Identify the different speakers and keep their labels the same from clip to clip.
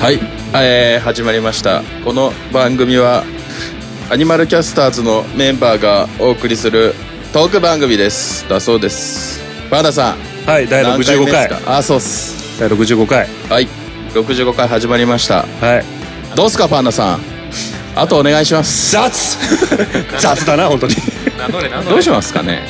Speaker 1: はい、えー始まりましたこの番組はアニマルキャスターズのメンバーがお送りするトーク番組ですだそうですバーダさん
Speaker 2: はい、第
Speaker 1: 何目
Speaker 2: 65
Speaker 1: です
Speaker 2: 回。
Speaker 1: かあそうっす
Speaker 2: 第65回。
Speaker 1: はい65回始まりました
Speaker 2: はい。
Speaker 1: どうすかパンダさんあとお願いします
Speaker 2: 雑 雑だな、本当に。
Speaker 3: 名乗れ名乗れ
Speaker 1: どうしますかね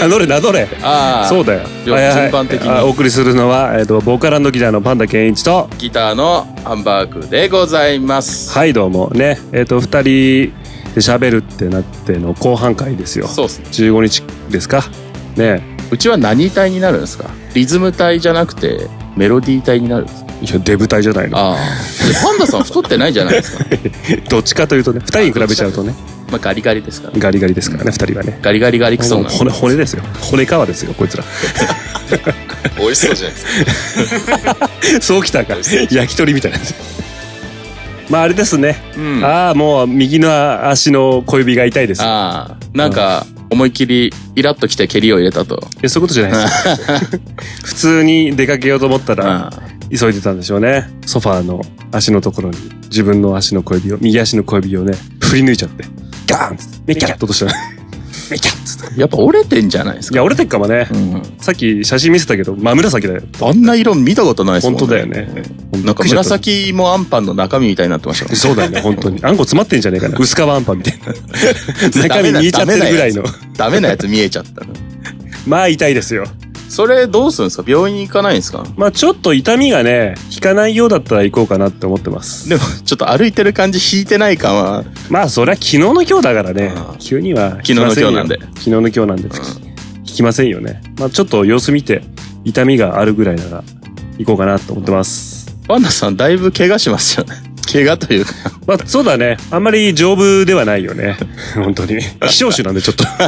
Speaker 2: 名乗れ、名乗れ。
Speaker 1: ああ
Speaker 2: そうだよ。
Speaker 1: よ
Speaker 2: はいはい
Speaker 1: 全般的に
Speaker 2: あお送りするのは、えっ、と、ボーカルギターのパンダケンイチと、
Speaker 1: ギターのハンバーグでございます
Speaker 2: はい、どうも。ね、えっ、と、二人で喋るってなっての後半回ですよ。
Speaker 1: そうっすね
Speaker 2: 15日ですか。ね。
Speaker 1: うちは何体になるんですかリズム体じゃなくてメロディー体になるんですか
Speaker 2: いや、デブ体じゃないの。
Speaker 1: ああパンダさん太ってないじゃないですか
Speaker 2: どっちかというとね、二人に比べちゃうとね、
Speaker 1: まあガリガリですから
Speaker 2: ガリガリですからね、二人はね。
Speaker 1: ガリガリガリクソン
Speaker 2: もう
Speaker 1: な
Speaker 2: 骨、骨ですよ。骨皮ですよ、こいつら。
Speaker 3: 美味しそうじゃないですか
Speaker 2: そうきたか。 焼き鳥みたいな。まあ、あれですね。
Speaker 1: うんあ
Speaker 2: ああもう右の足の小指が痛いです
Speaker 1: あなんか思いっきりイラッときて蹴りを入れたと
Speaker 2: いやそういうことじゃない です普通に出かけようと思った
Speaker 1: あ
Speaker 2: ら急いでたんでしょうねソファーの足のところに自分の足の小指を右足の小指をね振り抜いちゃってガーンっつってメキャッと落としたメキャッつって
Speaker 1: やっぱ折れてんじゃないです
Speaker 2: い
Speaker 1: か
Speaker 2: や折れてっかもね、
Speaker 1: うん、
Speaker 2: さっき写真見せたけど真紫だよ
Speaker 1: あんな色見たことないですもん
Speaker 2: 本当だよね
Speaker 1: なんか紫もアンパンの中身みたいになってま したもん
Speaker 2: そうだよね本当にあんこ詰まってんじゃねえかな薄皮あんぱんみたいな 中
Speaker 1: ダメ
Speaker 2: 身
Speaker 1: な
Speaker 2: 見えちゃってるぐらいの
Speaker 1: ダメなやつ見えちゃったの
Speaker 2: まあ痛いですよ
Speaker 1: それどうするんですか病院行かないんですか
Speaker 2: まあちょっと痛みがね、引かないようだったら行こうかなって思ってます。
Speaker 1: でもちょっと歩いてる感じ引いてない感は
Speaker 2: まあそりゃ昨日の今日だからね
Speaker 1: ああ、
Speaker 2: 急には
Speaker 1: 昨日の今日なんで
Speaker 2: 昨日の今日なんで、引きませんよね。まあちょっと様子見て、痛みがあるぐらいなら行こうかなと思ってます。
Speaker 1: ワンダさんだいぶ怪我しますよね 怪我というか
Speaker 2: まあそうだね、あんまり丈夫ではないよね。 本当に。希少種なんでちょっと。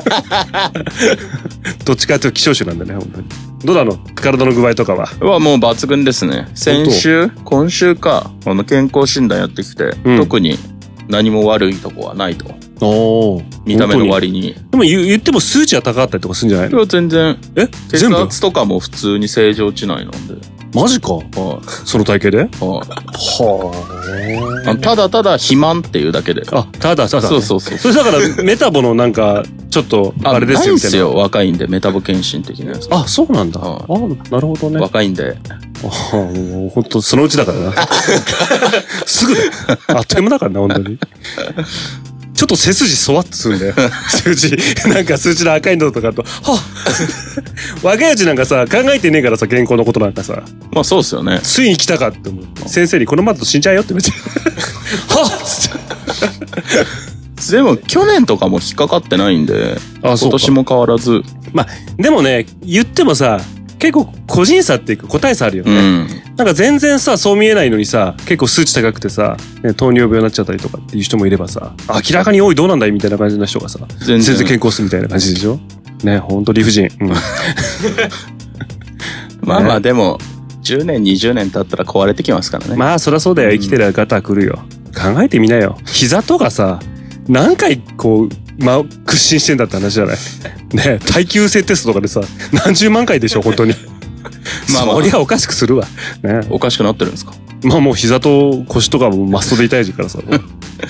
Speaker 2: どっちかというと希少種なんでね、本当に。どうなの体の具合とかは。
Speaker 1: はもう抜群ですね。先週、今週か、この健康診断やってきて、
Speaker 2: うん
Speaker 1: 特に何も悪いとこはないと。
Speaker 2: おお。
Speaker 1: 見た目の割に。
Speaker 2: でも言言っても数値は高かったりとかするんじゃない
Speaker 1: い
Speaker 2: の
Speaker 1: や、全然、
Speaker 2: え
Speaker 1: 血
Speaker 2: 全部
Speaker 1: 圧とかも普通に正常値内なんで。
Speaker 2: マジか
Speaker 1: は
Speaker 2: その体型で
Speaker 1: い、はい
Speaker 2: は
Speaker 1: あのただただ肥満っていうだけで。
Speaker 2: あ。ただただ、ね。
Speaker 1: そうそうそう。
Speaker 2: それだから、メタボのなんか、ちょっと、 あれですよ、
Speaker 1: ないん
Speaker 2: みたい
Speaker 1: す
Speaker 2: な。
Speaker 1: よ、若いんで、メタボ検診的なやつ。
Speaker 2: あ、そうなんだ。あ
Speaker 1: は
Speaker 2: なるほどね。
Speaker 1: 若いんで。
Speaker 2: あもう本当そのうちだから な。すぐだよ。あっという間だからな、本当に。ちょっと背筋そわっとするんだよ。数字、なんか数字の赤いのとかと、はっ若いうちなんかさ、考えてねえからさ、健康のことなんかさ、
Speaker 1: まあそうっすよね。
Speaker 2: ついに来たかって思う。先生にこのままだと死んじゃうよって言わ れて。はっつって。
Speaker 1: でも、去年とかも引っかかってないんで、
Speaker 2: あ
Speaker 1: 今年も変わらず。
Speaker 2: でもね、言ってもさ、結構個人差っていうか個体差あるよ
Speaker 1: う
Speaker 2: ね。
Speaker 1: ん。
Speaker 2: なんか全然さ、そう見えないのにさ、結構数値高くてさ、ね、糖尿病になっちゃったりとかっていう人もいればさ、明らかに多いどうなんだいみたいな感じの人がさ、
Speaker 1: 全
Speaker 2: 全然
Speaker 1: 然。
Speaker 2: 健康するみたいな感じでしょね、ほんと理不尽。うん。
Speaker 1: まあまあ、でも、10年、20年経ったら壊れてきます からね。
Speaker 2: まあそりゃそうだよ、生きてりゃガタ来るよ。考えてみなよ。膝とかさ、何回こう、まあ、屈伸してんだって話じゃない。ね、耐久性テストとかでさ、何十万回でしょ、本当に。
Speaker 1: まあまあ
Speaker 2: そりゃおかしくするわ。ね、
Speaker 1: おかしくなってるんですか
Speaker 2: まあもう膝と腰とかもマストで痛いから さ。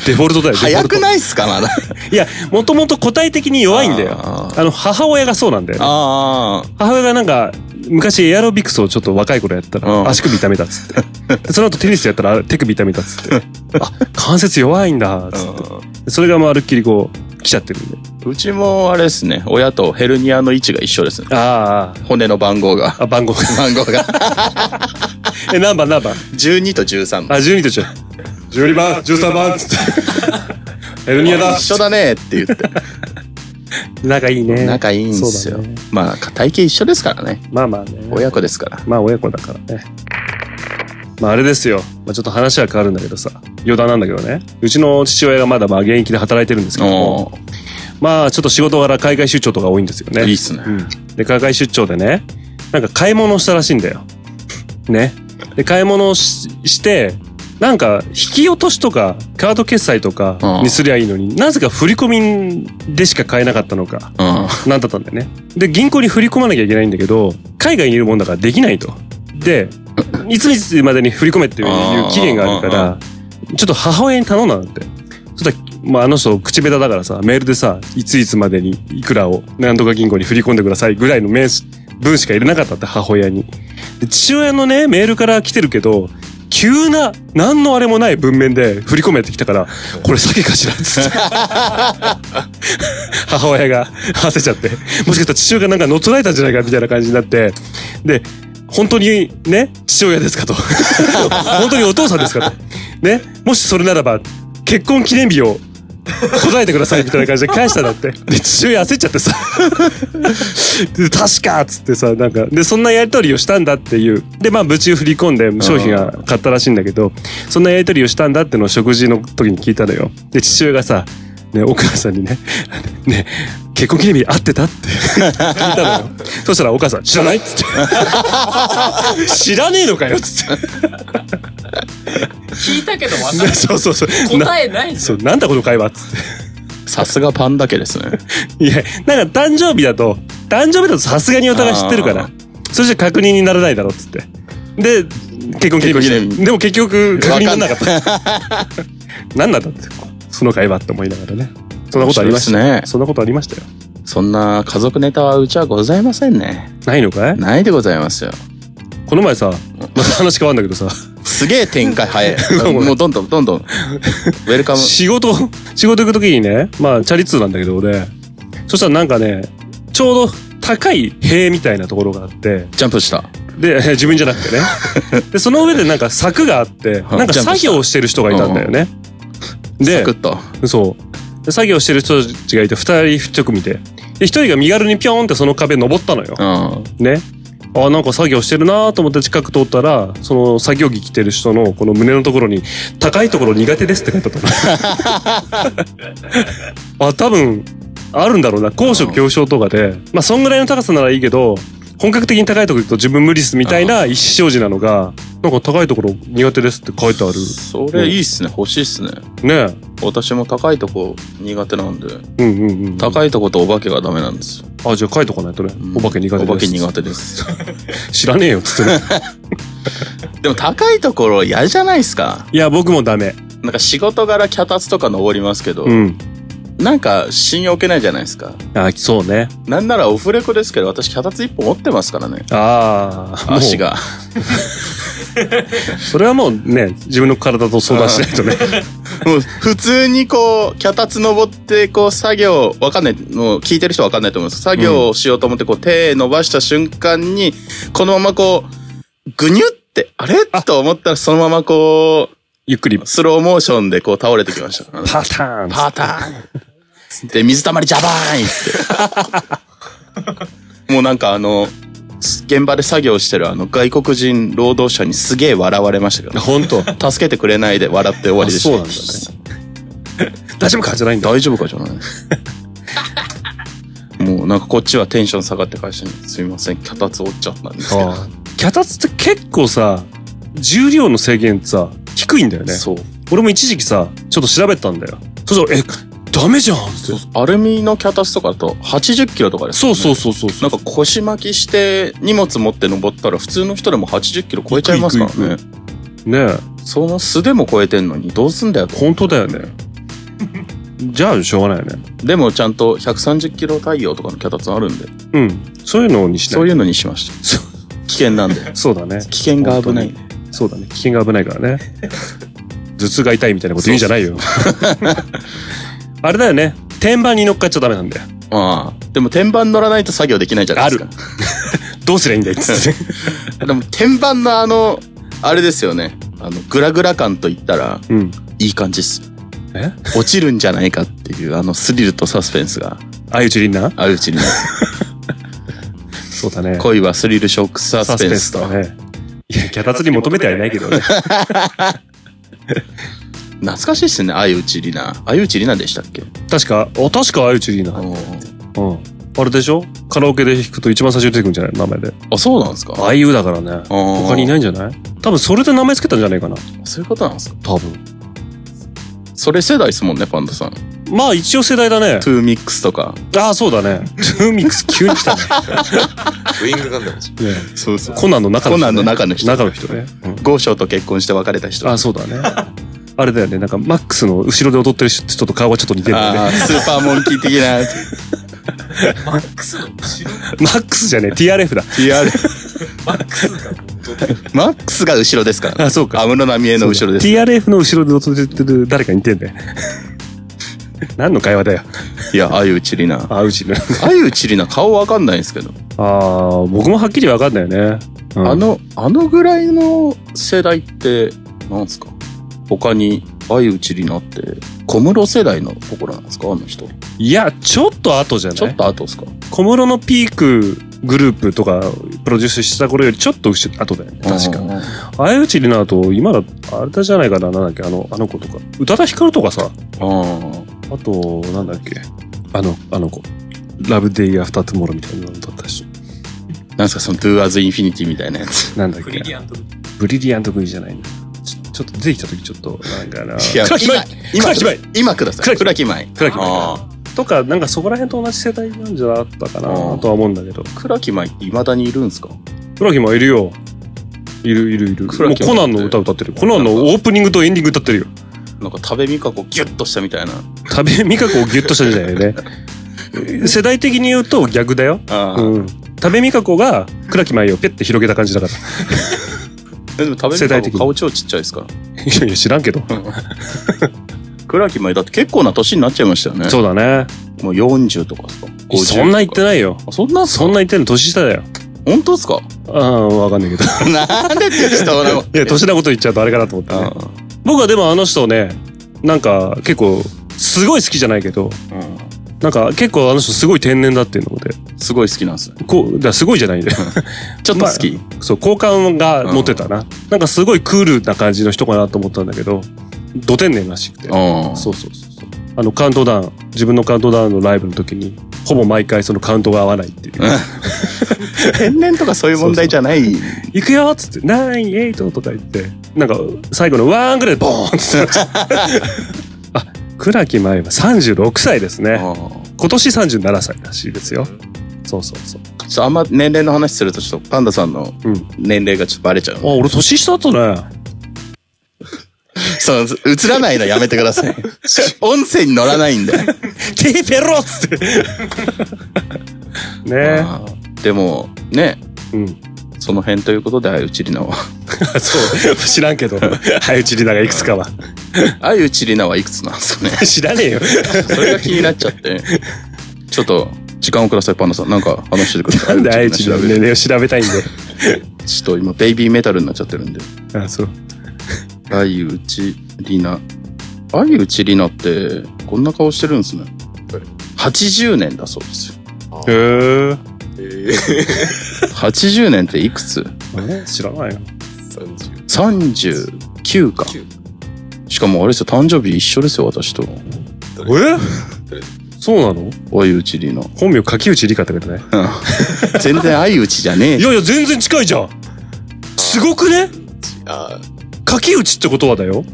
Speaker 2: デフォルトだよ。
Speaker 1: 早く
Speaker 2: い
Speaker 1: ないっすかまだ。
Speaker 2: いや、もともと個体的に弱いんだよ。
Speaker 1: あ
Speaker 2: あの、母親がそうなんだよね、
Speaker 1: あ
Speaker 2: 母親がなんか、昔エアロビクスをちょっと若い頃やった
Speaker 1: うん
Speaker 2: ら、足首痛めたっつって。 でその後テニスやったら手首痛めたっつって。あ、関節弱いんだ、
Speaker 1: ー
Speaker 2: つって。それがもうあるっきりこう、来ちゃってるんで。
Speaker 1: うんうちもあれですね、親とヘルニアの位置が一緒ですね。
Speaker 2: あ
Speaker 1: 骨の番号が。
Speaker 2: あ、あ、番号。
Speaker 1: 番号が。
Speaker 2: え、何番何番
Speaker 1: 12と13。
Speaker 2: あ、12とちゃう。12番、13番、つって。ヘルニアだ。
Speaker 1: 一緒だねって言って。
Speaker 2: 仲いいね。
Speaker 1: 仲いいんです
Speaker 2: そ
Speaker 1: よ
Speaker 2: うだね。
Speaker 1: まあ、体型一緒ですからね。
Speaker 2: まあまあね。
Speaker 1: 親子ですから。
Speaker 2: まあ親子だからね。まああれですよ。まあちょっと話は変わるんだけどさ。余談なんだけどね。うちの父親がまだまあ現役で働いてるんですけども、
Speaker 1: おー
Speaker 2: まあちょっと仕事柄海外出張とか多いんですよね。
Speaker 1: いいっすね
Speaker 2: うん、で海外出張でねなんか買い物をしたらしいんだよ。ね。で買い物をししてなんか引き落としとかカード決済とかにすりゃいいのになぜか振り込みでしか買えなかったのか
Speaker 1: うん。
Speaker 2: なんだったんだよね。で銀行に振り込まなきゃいけないんだけど海外にいるもんだからできないと。でいついつまでに振り込めっていう期限があるからちょっと母親に頼んだんだって。そしたら、まあ、あの人口下手だからさメールでさいついつまでにいくらを何とか銀行に振り込んでくださいぐらいの名刺文しか入れなかったって母親に。で父親のねメールから来てるけど急な何のあれもない文面で振り込めてきたからこれ詐欺かしらっつって母親が焦っちゃってもしかしたら父親がなんか乗っ取られたんじゃないかみたいな感じになってで本当にね父親ですかと本当にお父さんですかとねもしそれならば結婚記念日を答えてくださいみたいな感じで返したんだってで父親焦っちゃってさで確かっつってさなんかでそんなやり取りをしたんだっていうでまあ夢中振り込んで商品が買ったらしいんだけどそんなやり取りをしたんだってのを食事の時に聞いたのよで父親がさ、ね、お母さんにね 「ね結婚記念日会ってた?」って聞いたのよ そしたらお母さん「知らない?」っつって「知らねえのかよ」っ つって
Speaker 4: 聞いたけど分か
Speaker 2: でそうそうそう
Speaker 4: る
Speaker 2: な
Speaker 4: 答えないじ
Speaker 2: そうなんだこの会話っつって。
Speaker 1: さすがパンだけですね。
Speaker 2: いや、なんか誕生日だと、誕生日だとさすがにお互い知ってるか
Speaker 1: あ
Speaker 2: ら、そして確認にならないだろうっつって。で、結婚記
Speaker 1: 結
Speaker 2: 念
Speaker 1: 婚記念
Speaker 2: 日。
Speaker 1: 日
Speaker 2: でも結局、確認にならなかった。 何なんだって、その会話って思いながらね。そんなことありました
Speaker 1: 面白いですね
Speaker 2: そんなことありましたよ。
Speaker 1: そんな家族ネタはうちはございませんね。
Speaker 2: ないのかい
Speaker 1: ないでございますよ。
Speaker 2: この前さ、また話変わるんだ けどさ、
Speaker 1: すげえ展開早 い。もうどんどんどんどん。ウェルカム。
Speaker 2: 仕事、仕事行くときにね、まあ、チャリ通なんだけど俺、そしたらなんかね、ちょうど高い塀みたいなところがあって、
Speaker 1: ジャンプした。
Speaker 2: で、 自分じゃなくてね。で、その上でなんか柵があって、
Speaker 1: うん
Speaker 2: なんか作業をしてる人がいたんだよね。
Speaker 1: サ
Speaker 2: で
Speaker 1: ク、ッと。
Speaker 2: そう。で作業してる人たちがいて、二人一組で。で、一人が身軽にピョーンってその壁登ったのよ。
Speaker 1: うん。
Speaker 2: ね。あなんか作業してるなーと思って近く通ったら、その作業着着てる人のこの胸のところに、高いところ苦手ですって書いてあ ったの。あ、多分、あるんだろうな。高所恐怖症とかで。まあ、そんぐらいの高さならいいけど、本格的に高いところ行くと自分無理っすみたいな意思表示なのが、なんか高いところ苦手ですって書いてある。
Speaker 1: それいいっすね。欲しいっすね。
Speaker 2: ね
Speaker 1: 私も高いとこ苦手なんで。
Speaker 2: え。うんうんうん。
Speaker 1: 高いとことお化けがダメなんですよ。
Speaker 2: あ、じゃあ書いとかないとね。お化け苦手です。
Speaker 1: お化け苦手です。
Speaker 2: 知らねえよっつってね。
Speaker 1: でも高いところ嫌じゃないですか。
Speaker 2: いや、僕もダメ。
Speaker 1: なんか仕事柄脚立とか登りますけど、
Speaker 2: うん。
Speaker 1: なんか信用受けないじゃないですか。
Speaker 2: あ、そうね。
Speaker 1: なんならオフレコですけど、私脚立一本持ってますからね。
Speaker 2: ああ。もう
Speaker 1: 足が。
Speaker 2: それはもうね、自分の体と相談しないとね。
Speaker 1: もう普通にこう、脚立登って、こう作業、わかんない、もう聞いてる人はわかんないと思うんですけど作業をしようと思って、こう手伸ばした瞬間に、このままこう、ぐにゅって、あれと思ったらそのままこ
Speaker 2: ゆっくり、
Speaker 1: う、スローモーションでこう倒れてきましたからね。
Speaker 2: パターン。
Speaker 1: パターンで、水たまりジャバーン って。もうなんかあの、現場で作業してるあの外国人労働者にすげえ笑われましたけど、
Speaker 2: 本 当。
Speaker 1: 助けてくれないで笑って終わりでした。
Speaker 2: あそうなんだ
Speaker 1: ね。
Speaker 2: 大丈夫かじゃないんだ。
Speaker 1: 大丈夫かじゃ ない。もうなんかこっちはテンション下がって会社に、すみません、脚立折っちゃったんですけど。
Speaker 2: あー脚立って結構さ、重量の制限ってさ、低いんだよね。
Speaker 1: そう。
Speaker 2: 俺も一時期さ、ちょっと調べたんだよ。そしたら、え、ダメじゃんって。
Speaker 1: アルミの脚立とかだと80キロとかです、
Speaker 2: そうそうそうそう。
Speaker 1: なんか腰巻きして荷物持って登ったら普通の人でも80キロ超えちゃいますから
Speaker 2: いくいく
Speaker 1: ね。
Speaker 2: ねえ、
Speaker 1: その素でも超えてんのにどうすんだよと。
Speaker 2: 本当だよね。じゃあ、しょうがないよね。
Speaker 1: でもちゃんと130キロ太陽とかの脚立あるんで、
Speaker 2: うん。そういうのにしない。
Speaker 1: そういうのにしました。
Speaker 2: そ
Speaker 1: 危険なんで。
Speaker 2: そうだね。
Speaker 1: 危険が危ない。
Speaker 2: そうだね。危険が危ないから ね。頭痛が痛いみたいなこと言うんじゃないよ。あれだよね。天板に乗っかっちゃダメなんだよ。
Speaker 1: ああ。でも天板乗らないと作業できないじゃないですか。
Speaker 2: どうすりゃいいんだいっつって。
Speaker 1: でも天板のあの、あれですよね。あの、グラグラ感と言ったら、
Speaker 2: うん。
Speaker 1: いい感じっす。
Speaker 2: え
Speaker 1: 落ちるんじゃないかっていう、あのスリルとサスペンスが
Speaker 2: 相内凛奈
Speaker 1: あるうちに、
Speaker 2: そうだね。
Speaker 1: 恋はスリルショックサスペンスと。
Speaker 2: サスペンスだね。いや、脚立に求めてはいないけどね。
Speaker 1: 懐かしいっすね、相内里奈。相内里奈でしたっけ
Speaker 2: 確か、あ、確か、あゆちりーな。
Speaker 1: お
Speaker 2: うん。あれでしょカラオケで弾くと一番最初に出てくるんじゃない名前で。
Speaker 1: あ、そうなんですか
Speaker 2: あゆだからね。他
Speaker 1: 他。
Speaker 2: にいないいんじゃない多分それで名前つけたんじゃないかな。
Speaker 1: そういうことなんですか
Speaker 2: 多分。
Speaker 1: それ世代っすもんね、パンダさん。
Speaker 2: まあ一応世代だね。
Speaker 1: トゥーミックスとか。
Speaker 2: ああ、そうだね。トゥーミックス急に来たね。
Speaker 3: ウイングガンダムじ
Speaker 2: ね
Speaker 1: そうそう
Speaker 2: コナンの中の
Speaker 1: コ
Speaker 2: 人、ね。
Speaker 1: ナンの中の人
Speaker 2: 中の人ね。
Speaker 1: 豪商と結婚して別れた人。
Speaker 2: ああ、そうだね。あれだよね。なんかマックスの後ろで踊ってる人と顔がちょっと似てるよね。
Speaker 1: あースーパーモンキー的な
Speaker 3: ゃん。マックスの後ろ
Speaker 2: マックスじゃねえ、TRF だ。
Speaker 1: TR。
Speaker 3: マックスがどうだよ
Speaker 1: マックスが後ろですからね。
Speaker 2: あ、そうか。
Speaker 1: 安室奈美恵の後ろです。
Speaker 2: TRF の後ろで踊ってる誰か似てんだよ。何の会話だよ。
Speaker 1: いや、相内里奈。
Speaker 2: あ、うちの。
Speaker 1: 相内里奈顔わかんないんですけど。
Speaker 2: ああ、僕もはっきりわかんないよね。うん
Speaker 1: あ、の、あのぐらいの世代って、なんですか他に、相内里奈って、小室世代のところなんですかあの人。
Speaker 2: いや、ちょっと後じゃない
Speaker 1: ちょっと後ですか
Speaker 2: 小室のピークグループとかプロデュースした頃よりちょっと後後だよね。確か。
Speaker 1: か。
Speaker 2: 相内里奈と今だ、あれだじゃないかな、なんだっけ、あの、あの子とか。宇多田ヒカルとかさ、
Speaker 1: あ
Speaker 2: あと、なんだっけ、あの、あの子。ラブデイアフタートゥモロみたいなのだった人。
Speaker 1: あ。なんすかその、Do as Infinity みたいなやつ。
Speaker 2: なんだっ
Speaker 3: ブ
Speaker 2: け
Speaker 3: リ、リアントブ
Speaker 2: ブリリアントグリじゃないな。ちょちょっと出てきた時ちょっと、なんかな。
Speaker 1: いや
Speaker 2: 暗き前
Speaker 1: 今
Speaker 2: 暗き前、
Speaker 1: 今ください。
Speaker 2: 暗
Speaker 1: 暗き前。
Speaker 2: 暗き前
Speaker 1: あ
Speaker 2: とか、なんかそこら辺と同じ世代なんじゃなかったか
Speaker 1: あ
Speaker 2: な、
Speaker 1: ー
Speaker 2: とは思うんだけど。
Speaker 1: あ。暗き前って未だにいるんですか
Speaker 2: 黒木もいるよ。いるいるいる。も
Speaker 1: 倉
Speaker 2: う
Speaker 1: 木も
Speaker 2: コナンの歌歌ってる。コナンのオープニングとエンディング歌ってるよ。
Speaker 1: なんか、食べみかこギュッとしたみたいな。
Speaker 2: 食べ味覚をギュッとしたんじゃないよね。世代的に言うと逆だよ。
Speaker 1: ああ。
Speaker 2: うん。食べみかこが倉木舞をペッて広げた感じだから。
Speaker 1: えでも、食べ
Speaker 2: 世
Speaker 1: みか
Speaker 2: 代的
Speaker 1: こ
Speaker 2: に
Speaker 1: 顔超ちっちゃいですから。
Speaker 2: いやいや知らんけど。
Speaker 1: 暗き前だって結構な年になっちゃいましたよね。
Speaker 2: そうだね。
Speaker 1: もう40とかですか
Speaker 2: そんな言って
Speaker 1: ない。
Speaker 2: ないよ。
Speaker 1: あそんな
Speaker 2: そんな言ってんの年下だよ。
Speaker 1: 本当ですか
Speaker 2: ああ、わかんないけど。
Speaker 1: なんでって人俺も。
Speaker 2: いや、年なこと言っちゃうとあれかなと思ってね。僕はでもあの人ね、なんか結構、すごい好きじゃないけど、
Speaker 1: う
Speaker 2: なんか結構あの人すごい天然だっていうので、
Speaker 1: んすごい好きなんですね。
Speaker 2: こう、だからすごいじゃないん だよ。
Speaker 1: ちょっと好き。
Speaker 2: そう、好感が持てたな。なんかすごいクールな感じの人かなと思ったんだけど、ド天然らしくて。
Speaker 1: うん
Speaker 2: そうそうそうそう。あの、カウントダウン、自分のカウントダウンのライブの時に、ほぼ毎回そのカウントが合わないっていう。
Speaker 1: 天然とかそういう問題じゃない。
Speaker 2: 行くよっつって、ナイン、エイトとか言って、なんか最後のワンぐらいでボーンっつ って。あ、倉木舞は36歳ですね。
Speaker 1: うん
Speaker 2: 今年37歳らしいですよ。
Speaker 3: リ
Speaker 2: そうそうそう。
Speaker 1: ちょっとあんま年齢の話するとちょっとパンダさんの
Speaker 2: うん。
Speaker 1: 年齢がちょっとバレちゃう
Speaker 2: あ、。俺年下だったね。
Speaker 1: そう、映らないのやめてくださ い。音声に乗らないんで。
Speaker 2: テーペロっ つって。ね
Speaker 1: あーでも、ね、
Speaker 2: え。うん。
Speaker 1: その辺ということで、あゆちりなは。
Speaker 2: そう。知らんけ ど。早打ちリナがいくつかは。
Speaker 1: あゆちりなはいくつなんですかね。
Speaker 2: 知らねえよ。
Speaker 1: それが気になっちゃって。ちょっと、時間をください、パンダさん。なんか話してくださ。
Speaker 2: ないんで早打ちリナの
Speaker 1: べ
Speaker 2: 年齢を調べたいんで。
Speaker 1: ちょっと今、ベイビーメタルになっちゃってるんで。
Speaker 2: あ、そう。
Speaker 1: 相内里奈。相内里奈って、こんな顔してるんですね。80年だそうですよ。
Speaker 2: へえ。
Speaker 3: え
Speaker 1: 80年っていくつ
Speaker 2: 知らないよ。
Speaker 3: ー、
Speaker 1: ?39 か。
Speaker 3: 39
Speaker 1: しかもあれですよ、誕生日一緒ですよ、私と。
Speaker 2: えそうなの
Speaker 1: 相内里奈。
Speaker 2: 本名柿内理香ってことね。
Speaker 1: 全然相内じゃねえ
Speaker 2: い。やいや、全然近いじゃん。すごくね
Speaker 3: あー
Speaker 2: 柿内ってことはだよ。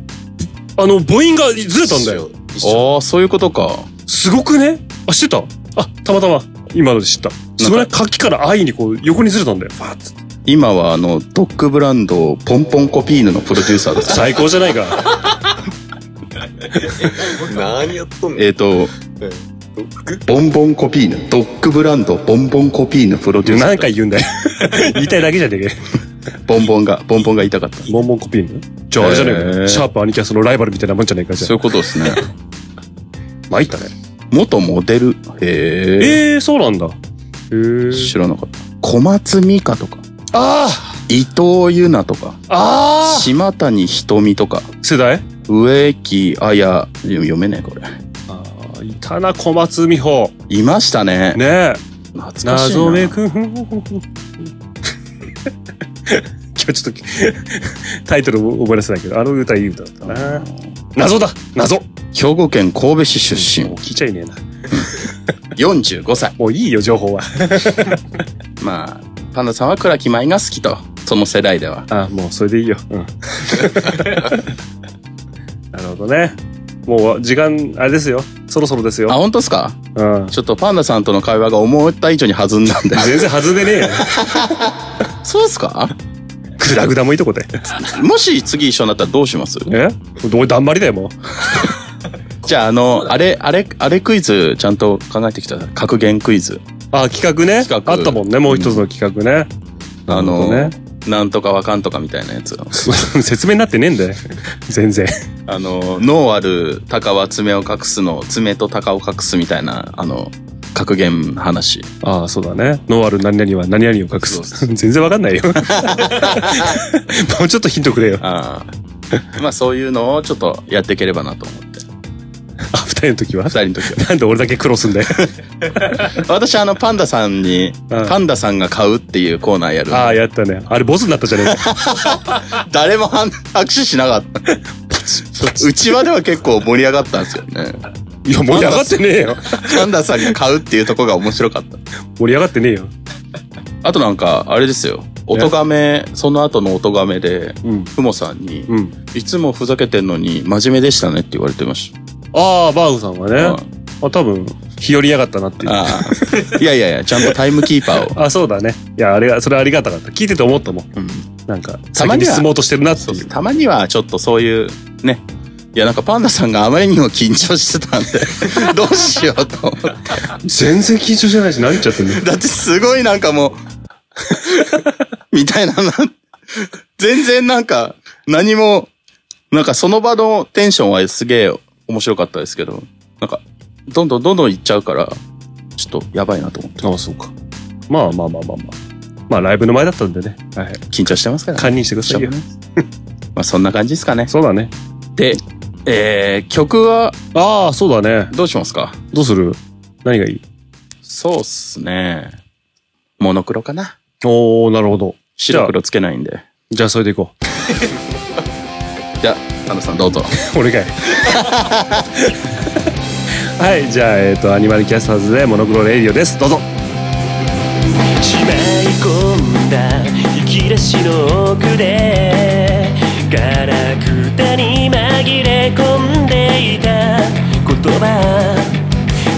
Speaker 2: あの、母音がずれたんだよ。。
Speaker 3: 一緒
Speaker 1: ああ、そういうことか。
Speaker 2: すごくねあ、知ってたあ、たまたま。今ので知った。すごいね。柿から愛にこう、横にずれたんだよ。バーッつって
Speaker 1: 今はあの、ドッグブランド、ポンポンコピーヌのプロデューサー です。
Speaker 2: 最高じゃないか。
Speaker 3: 一緒何やっとんの
Speaker 1: えっと、
Speaker 3: ドッグ
Speaker 1: ボンボンコピーヌ、ドッグブランド、ボンボンコピーヌプロデューサ
Speaker 2: 何
Speaker 1: ー。
Speaker 2: 回言うんだよ。 言いたいだけじゃねえかよ。
Speaker 1: ボンボンが、ボンボンが痛かった。
Speaker 2: モンモンコピーヌじゃああれじゃねえかよ
Speaker 1: へー
Speaker 2: シャープアニキャスのライバルみたいなもんじゃねえかじゃ
Speaker 1: そういうことです ね。
Speaker 2: あ。参ったね。
Speaker 1: 元モデル。へえ。
Speaker 2: ええー、そうなんだ。へえ。
Speaker 1: 知らなかった。小松美香とか、
Speaker 2: あ
Speaker 1: 伊藤優奈とか、
Speaker 2: あああ
Speaker 1: 島谷ひとみとか、
Speaker 2: 世代
Speaker 1: 植木綾、読めねえこれ。
Speaker 2: ああ、いたな、小松美穂。
Speaker 1: いましたね。
Speaker 2: ねえ。
Speaker 1: 懐かしいな。
Speaker 2: 謎めくん。今日ちょっとタイトルも覚えらせないけど、あの歌いい歌だったな。謎だ謎
Speaker 1: 兵庫県神戸市出身
Speaker 2: もう聞いちゃいねえな。
Speaker 1: 45歳
Speaker 2: もういいよ、情報は。
Speaker 1: まあパンダさんは倉木舞が好きとその世代では
Speaker 2: ああもうそれでいいよ。 うん。なるほどね。もう時間、あれですよ。そろそろです
Speaker 1: あ
Speaker 2: よ。
Speaker 1: 本当ですか
Speaker 2: うん。
Speaker 1: ちょっとパンダさんとの会話が思った以上に弾んだ んで
Speaker 2: 全然外れねえよ。
Speaker 1: そうっすか
Speaker 2: グダグダもいいとこで。
Speaker 1: もし次一緒になったらどうします
Speaker 2: え俺、だんまりだよ、もう。
Speaker 1: じゃああのあれあれあれクイズちゃんと考えてきた格言クイズ
Speaker 2: あ、企画ね。
Speaker 1: 企画
Speaker 2: あったもんね、もう一つの企画ね。
Speaker 1: あの
Speaker 2: なるほどね
Speaker 1: なんとかわかんとかみたいなやつ
Speaker 2: 説明になってねえ んだよ。全然。
Speaker 1: あの脳ある鷹は爪を隠すの爪と鷹を隠すみたいなあの格言話
Speaker 2: ああ、そうだね。ノーアル何々は何々を隠
Speaker 1: そう
Speaker 2: す。
Speaker 1: そ
Speaker 2: 全然わかんないよ。もうちょっとヒントくれよ。
Speaker 1: ああまあそういうのをちょっとやっていければなと思って
Speaker 2: あ、二人の時は
Speaker 1: 二人の時は
Speaker 2: なんで俺だけ苦労すんだ よ。
Speaker 1: 私あのパンダさんに
Speaker 2: うん
Speaker 1: パンダさんが買うっていうコーナーやる
Speaker 2: ああ、やったね。あれ、ボスになったじゃねえか。
Speaker 1: 誰も反拍手しなかったうちわでは結構盛り上がったんですよね
Speaker 2: いや、盛り上がってねえよ。
Speaker 1: パンダさんが買うっていうところが面白かった
Speaker 2: 盛り上がってねえよ。
Speaker 1: あとなんかあれですよ音がめその後の音がめで
Speaker 2: うん。
Speaker 1: ふもさんに、
Speaker 2: うん。
Speaker 1: いつもふざけてんのに真面目でしたねって言われてまし
Speaker 2: ああ、バーグさんはね。
Speaker 1: た。
Speaker 2: あ、多分、日和りやがったなっていう。あ
Speaker 1: あ あ。いやいやいや、ちゃんとタイムキーパーを。
Speaker 2: そうだね。いや、あれが、それありがたかった。聞いてて思ったもん。
Speaker 1: うん
Speaker 2: なんか、
Speaker 1: た
Speaker 2: 先
Speaker 1: まには
Speaker 2: に進もうとしてるなって
Speaker 1: そう
Speaker 2: い
Speaker 1: そう
Speaker 2: う。
Speaker 1: たまにはちょっとそういう、ね。いや、なんかパンダさんがあまりにも緊張してたん で、どうしようと思って。
Speaker 2: 全然緊張してないし、何言っちゃってんの
Speaker 1: だってすごいなんかも う、みたいなな、全然なんか、何も、なんかその場のテンションはすげえ面白かったですけど、なんか、どんどんどんどんいっちゃうから、ちょっとやばいなと思って。
Speaker 2: ああ、そうか。まあまあまあまあまあ。まあ、ライブの前だったんでね。はい。
Speaker 1: 緊張してますからね
Speaker 2: 堪忍してくださいよ。
Speaker 1: まあそんな感じですかね。
Speaker 2: そうだね。
Speaker 1: で、えー、曲は
Speaker 2: ああ、そうだね。
Speaker 1: どうしますか
Speaker 2: どうする何がいい
Speaker 1: そうっすね。モノクロかな。
Speaker 2: おー、なるほど。じゃ
Speaker 1: 白
Speaker 2: あ、
Speaker 1: 黒つけないんで。
Speaker 2: じゃあそれでいこ
Speaker 1: じゃあ、田野さんどうぞ。
Speaker 2: う。 俺かい。はい、じゃあ、えっ、と、アニマルキャスターズでモノクロレイディオです。どうぞ。
Speaker 4: しまい込んだ引き出しの奥でガラクタに紛れ込んでいた言葉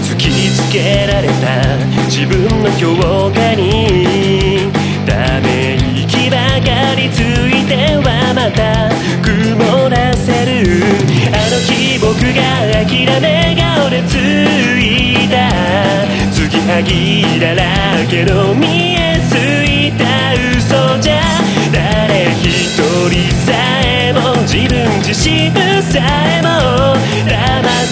Speaker 4: 突きつけられた自分の評価にため息ばかりついてはまた曇らせるあの日僕が諦め顔でついた継ぎはぎだらけの見えすいた嘘じゃ誰一人さえも自分自身さえも黙っ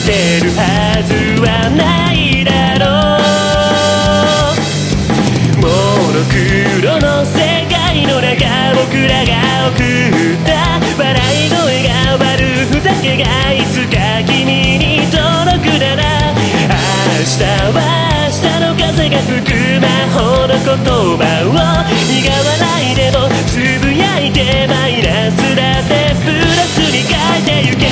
Speaker 4: てるはずはないだろうモノクロの世界の中僕らが送った笑い声が割るふざけがいつか君に届くなら明日は明日の風が吹く魔法の言葉を苦笑いでもつぶやいてマイナスだってプラスに変えてゆけ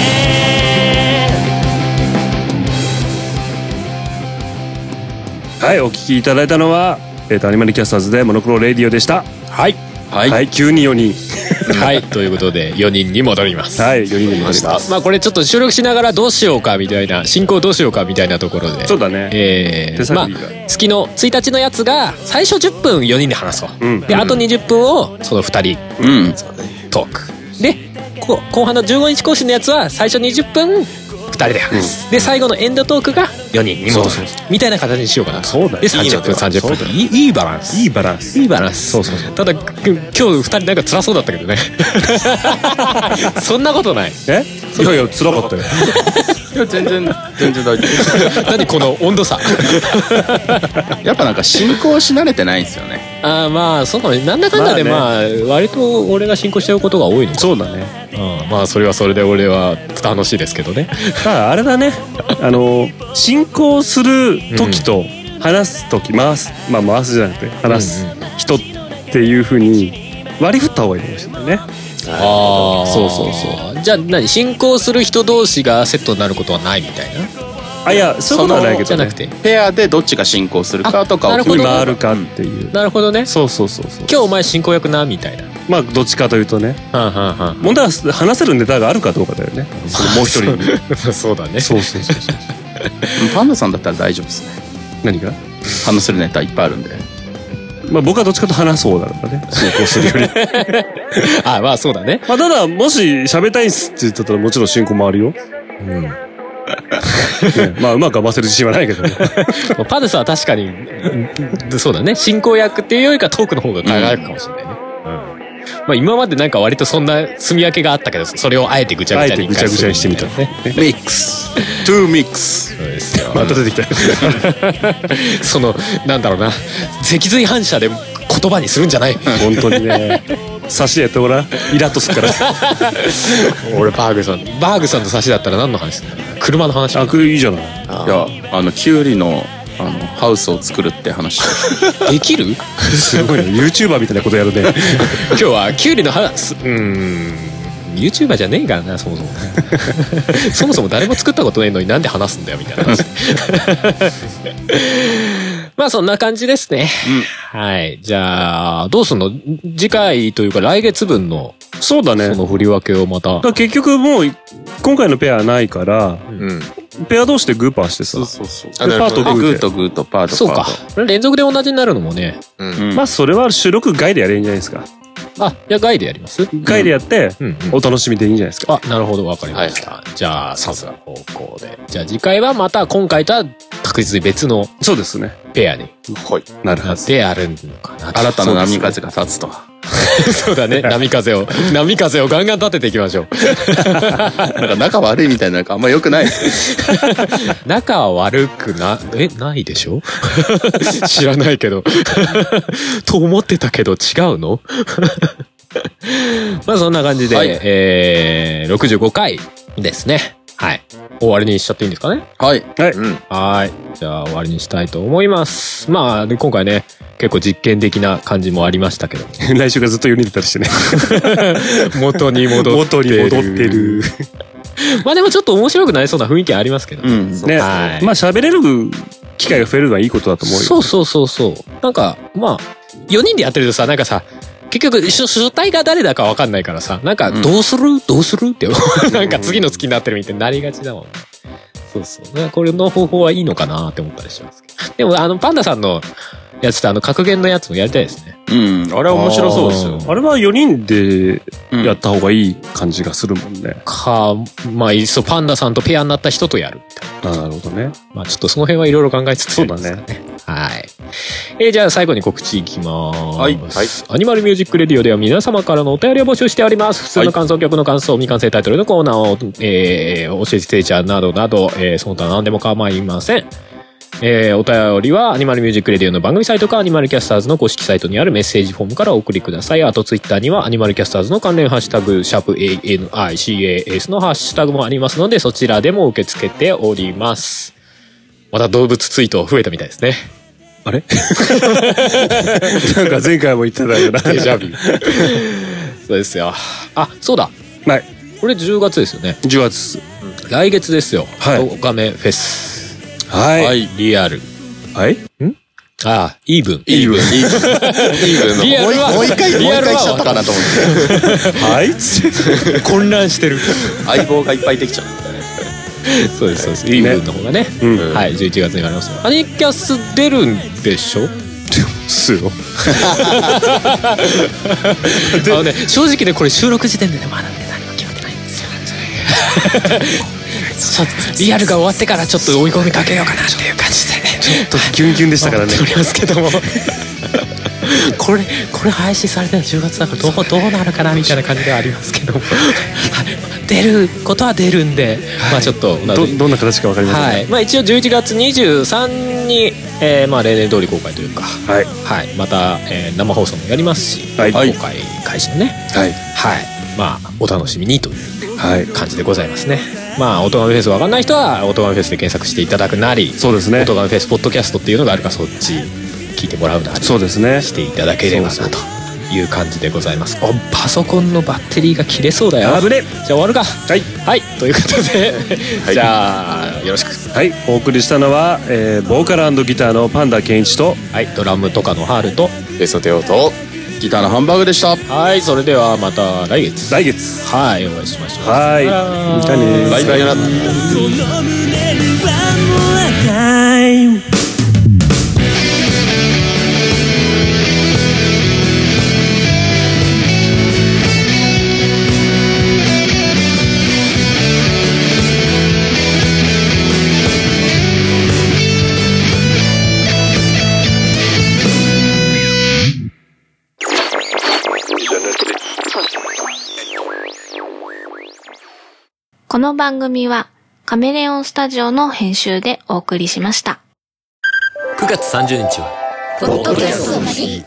Speaker 2: はい、お聞きいただいたのは、えっ、と、アニマルキャスターズでモノクロレイディオでした。
Speaker 5: はい。
Speaker 1: は。
Speaker 2: はいい、
Speaker 1: はい。
Speaker 2: 急に4人。
Speaker 5: はい。ということで、4人に戻ります。
Speaker 2: はい、4人になりました。
Speaker 5: まあ、これちょっと収録しながらどうしようかみたいな、進行どうしようかみたいなところで。
Speaker 2: そうだね。
Speaker 5: え
Speaker 2: 手
Speaker 5: ー、ま
Speaker 2: 探
Speaker 5: あ
Speaker 2: りが、
Speaker 5: 月の1日のやつが、最初10分4人で話そう。
Speaker 2: うん
Speaker 5: で、あと20分を、その2人、
Speaker 1: うん。
Speaker 5: トーク。で、こ後半の15日更新のやつは、最初20分、2人で話す。で、最後のエンドトークが4人に戻る。みたいな形にしようかなと。
Speaker 2: そうだよ
Speaker 5: で、30分、30分。いいいいバランス。
Speaker 2: いいバランス。
Speaker 5: いいバランス。
Speaker 2: そうそうそ
Speaker 5: ただ、く今日二人なんか辛そうだったけどね。 そんなことない。
Speaker 2: えいやいや、辛かったよ。
Speaker 1: いや、全然、全然大丈
Speaker 5: 何この温度差。
Speaker 1: 夫。やっぱなんか進行し慣れてないんですよね。
Speaker 5: あーまあ、そうかもね。なんだかんだで、ま
Speaker 2: ま
Speaker 5: あ、割と俺が進行しちゃうことが多いのか。
Speaker 2: そうだね。
Speaker 5: うんまあ、それはそれで俺は楽しいですけどね。
Speaker 2: ただあれだねあの進行する時と話す時、回すまあ回すじゃなくて話す人っていうふうに割り振った方がいいかもしれないね、
Speaker 5: ああ。。
Speaker 2: そうそうそう
Speaker 5: じゃあ何進行する人同士がセットになることはないみたいな
Speaker 2: あいやそういうことはないけ
Speaker 5: じ
Speaker 2: ど、
Speaker 5: ゃ
Speaker 2: ね、
Speaker 5: なくて
Speaker 1: ペアでどっちが進行するかとか
Speaker 5: あな
Speaker 1: を
Speaker 5: るほど
Speaker 1: 決め
Speaker 2: 今あるかっていう、
Speaker 5: なるほどね
Speaker 2: そうそうそうそう
Speaker 5: 今日お前進行役なみたいな
Speaker 2: まあどっちかというとね
Speaker 5: はんはんはん
Speaker 2: 問題は話せるネタがあるかどうかだよねそのもう一人に
Speaker 5: そうだね
Speaker 2: そうそうそうそう
Speaker 1: パンダさんだったら大丈夫ですね
Speaker 2: 何が
Speaker 1: 話せるネタいっぱいあるんで
Speaker 2: まあ僕はどっちかと話そうだからね進行するよ り
Speaker 5: あまあそうだね
Speaker 2: まあただもし喋りたいんすって言ってたらもちろん進行もあるよ、ねまあうまく合わせる自信はないけどね
Speaker 5: ま あパンダさんは確かにうんそうだね進行役っていうよりかトークの方が輝くかもしれないね、まあ今までなんか割とそんな積み分けがあったけどそれをあえてぐちゃ
Speaker 2: あ
Speaker 5: ぐち
Speaker 2: え
Speaker 5: ゃ
Speaker 2: て
Speaker 5: に
Speaker 2: ぐちゃぐちゃにしてみたね
Speaker 1: ミックストゥーミックス
Speaker 5: そうですよ
Speaker 2: また出てきた
Speaker 5: そのなんだろうな脊髄反射で言葉にするんじゃない
Speaker 2: 本当にね差しでやってごらんイラッとする から
Speaker 5: 俺バーグさんバーグさんの差しだったら何の話するの車の話
Speaker 2: あこれいいじゃない
Speaker 1: いやあのキュウリのあのハウスを作るって話
Speaker 5: できる
Speaker 2: すごいね YouTuber みたいなことやるね
Speaker 5: 今日はキュウリの話うーん YouTuber じゃねえからなそもそ もそもそも誰も作ったことないのになんで話すんだよみたいな 話まあそんな感じですね、はいじゃあどうすんの次回というか来月分の
Speaker 2: そうだね
Speaker 5: その振り分けをまた、
Speaker 2: だから結局もう今回のペアないから、
Speaker 3: うん。
Speaker 2: ペア同士でグーパーしてさ
Speaker 1: そうそう
Speaker 3: あなる
Speaker 2: パ
Speaker 3: ほ
Speaker 2: ート
Speaker 3: ど
Speaker 2: グー
Speaker 1: グ
Speaker 2: で
Speaker 1: ーとグーとパーと
Speaker 5: そう
Speaker 1: パ
Speaker 5: か
Speaker 1: ー
Speaker 5: 連続で同じになるのもね
Speaker 3: う
Speaker 1: と
Speaker 3: ん。
Speaker 1: うん
Speaker 2: まあそれは収録外でやればいいんじゃないですか
Speaker 5: あじゃあ外でやります
Speaker 2: 外でやって、
Speaker 5: うんうん
Speaker 2: お楽しみでいいんじゃないですか、
Speaker 5: あ、なるほど、わかりました。じゃあ、さすが方向で。じゃあ次回はまた今回とは確実に別の
Speaker 2: そうですね
Speaker 5: ペアに
Speaker 3: はい。
Speaker 2: なる
Speaker 5: な
Speaker 2: は
Speaker 5: っ
Speaker 2: ず
Speaker 5: てやるのかなと。
Speaker 1: 新たな波風が立つと
Speaker 5: そう だね。波風を、波風をガンガン立てていきましょ う。
Speaker 1: なんか仲悪いみたいななんかあんま良くないですね
Speaker 5: 仲は悪くな、え、ないでしょ 知らないけど。 と思ってたけど違うの まあそんな感じで、
Speaker 1: はい
Speaker 5: えー、65回ですね。はい。終わりにしちゃっていいんですかね
Speaker 1: はい
Speaker 2: はい、
Speaker 5: はーい。じゃあ終わりにしたいと思います。まあ、で今回ね、結構実験的な感じもありましたけど、
Speaker 2: 来週からずっと4人でたりしてね
Speaker 5: 元に戻ってる。
Speaker 2: 元に戻ってる。
Speaker 5: まあでもちょっと面白くなりそうな雰囲気ありますけど。
Speaker 1: うん
Speaker 2: ね、
Speaker 5: はい
Speaker 2: まあ喋れる機会が増えるのはいいことだと思うよ
Speaker 5: そうそうそうそう。なんか、まあ、4人でやってるとさ、なんかさ、結局、主主体が誰だかわかんないからさ、なんか、
Speaker 1: うん
Speaker 5: どうする、どうするって、なんか次の月になってるみたいになりがちだもん。そうそう。なんかこれの方法はいいのかなって思ったりしますけど。でも、あの、パンダさんのやつとあの、格言のやつもやりたいですね。
Speaker 1: うんあれ面白そうですよ
Speaker 5: あー
Speaker 2: あれは4人で
Speaker 1: うん
Speaker 2: やった方がいい感じがするもんね、
Speaker 5: か、まあ、いっそパンダさんとペアになった人とやるみたいな。
Speaker 2: ああなるほどね
Speaker 5: まあ、ちょっとその辺はいろいろ考えつつ、
Speaker 2: そうだ。ね
Speaker 5: はい。えーじゃあ最後に告知いきます。
Speaker 1: はい
Speaker 3: はい
Speaker 5: アニマルミュージックレディオでは皆様からのお便りを募集しております。普通の感想、曲の感想、未完成タイトルのコーナーを、えー、教えてテーチャーなどなど、えーその他何でも構いません。えーお便りは、アニマルミュージックレディオの番組サイトか、アニマルキャスターズの公式サイトにあるメッセージフォームからお送りください。あと、ツイッターには、アニマルキャスターズの関連ハッシュタグ、シャープ ANICAS のハッシュタグもありますので、そちらでも受け付けております。また動物ツイート増えたみたいですね。
Speaker 2: あれなんか前回も言ってたよ な
Speaker 5: デジャビそうですよ。あ、そうだ。
Speaker 2: はい
Speaker 5: これ10月ですよね。
Speaker 2: 10月
Speaker 5: 来月ですよ。
Speaker 2: はい
Speaker 5: お亀フェス。
Speaker 2: はいはい、
Speaker 5: い。リアル。
Speaker 2: はい
Speaker 5: ああ、イーブン。
Speaker 1: イーブンイーブンイーブンの
Speaker 5: リアルは
Speaker 1: もう一回もう
Speaker 5: リア
Speaker 1: 一
Speaker 5: ルは
Speaker 1: 回しちゃったかなと思って
Speaker 2: はい
Speaker 5: 混乱してる。
Speaker 1: 相棒がいっぱいできちゃう
Speaker 5: そうです、そうです。イーブンの方がね。
Speaker 2: うん
Speaker 5: はい、11月になりますよ。アニキャス出るんでしょ
Speaker 2: すよ
Speaker 5: あのね、正直ね、これ収録時点でね、まだね、何も決まってないんですよ。ちょっとリアルが終わってからちょっと追い込みかけようかなっていう感じでね。
Speaker 2: とキュンキュンでしたからね
Speaker 5: 思っておりますけども これこれ配信されたの10月だからどうどうなるかなみたいな感じではありますけ どもはい出ることは出るんで、まあちょっと
Speaker 2: どどんな形かわかりません
Speaker 5: はいまあ、一応11月23に、えーまあ、例年通り公開というか、
Speaker 2: はい
Speaker 5: はい、また、えー生放送もやりますし、
Speaker 2: はい
Speaker 5: 公開開始のね、
Speaker 2: はい
Speaker 5: はいまあ、お楽しみにという
Speaker 2: はい
Speaker 5: 感じでございますねまあ音楽フェスわかんない人は音楽フェスで検索していただくなり
Speaker 2: そうです
Speaker 5: オ
Speaker 2: ね
Speaker 5: トガメフェスポッドキャストっていうのがあるからそっち聞いてもらうなり
Speaker 2: そうですね
Speaker 5: していただければなという感じでございますおパソコンのバッテリーが切れそうだよ
Speaker 2: あぶね
Speaker 5: じゃあ終わるかはい、はい、ということ で、じゃあよろしく
Speaker 2: はいお送りしたのは、えーボーカルギターのパンダケンイチと
Speaker 5: はいドラムとかのハールと
Speaker 3: ベソテオと、
Speaker 1: ギターのハンバーグでした
Speaker 5: はいそれではまた来月
Speaker 2: 来月
Speaker 5: はいお会いしましょう
Speaker 2: はいじゃあねー
Speaker 1: バイバイ
Speaker 4: この胸にはもう赤い
Speaker 6: この番組はカメレオンスタジオの編集でお送りしました。
Speaker 7: 9月30日は、
Speaker 6: ポッドキャストの日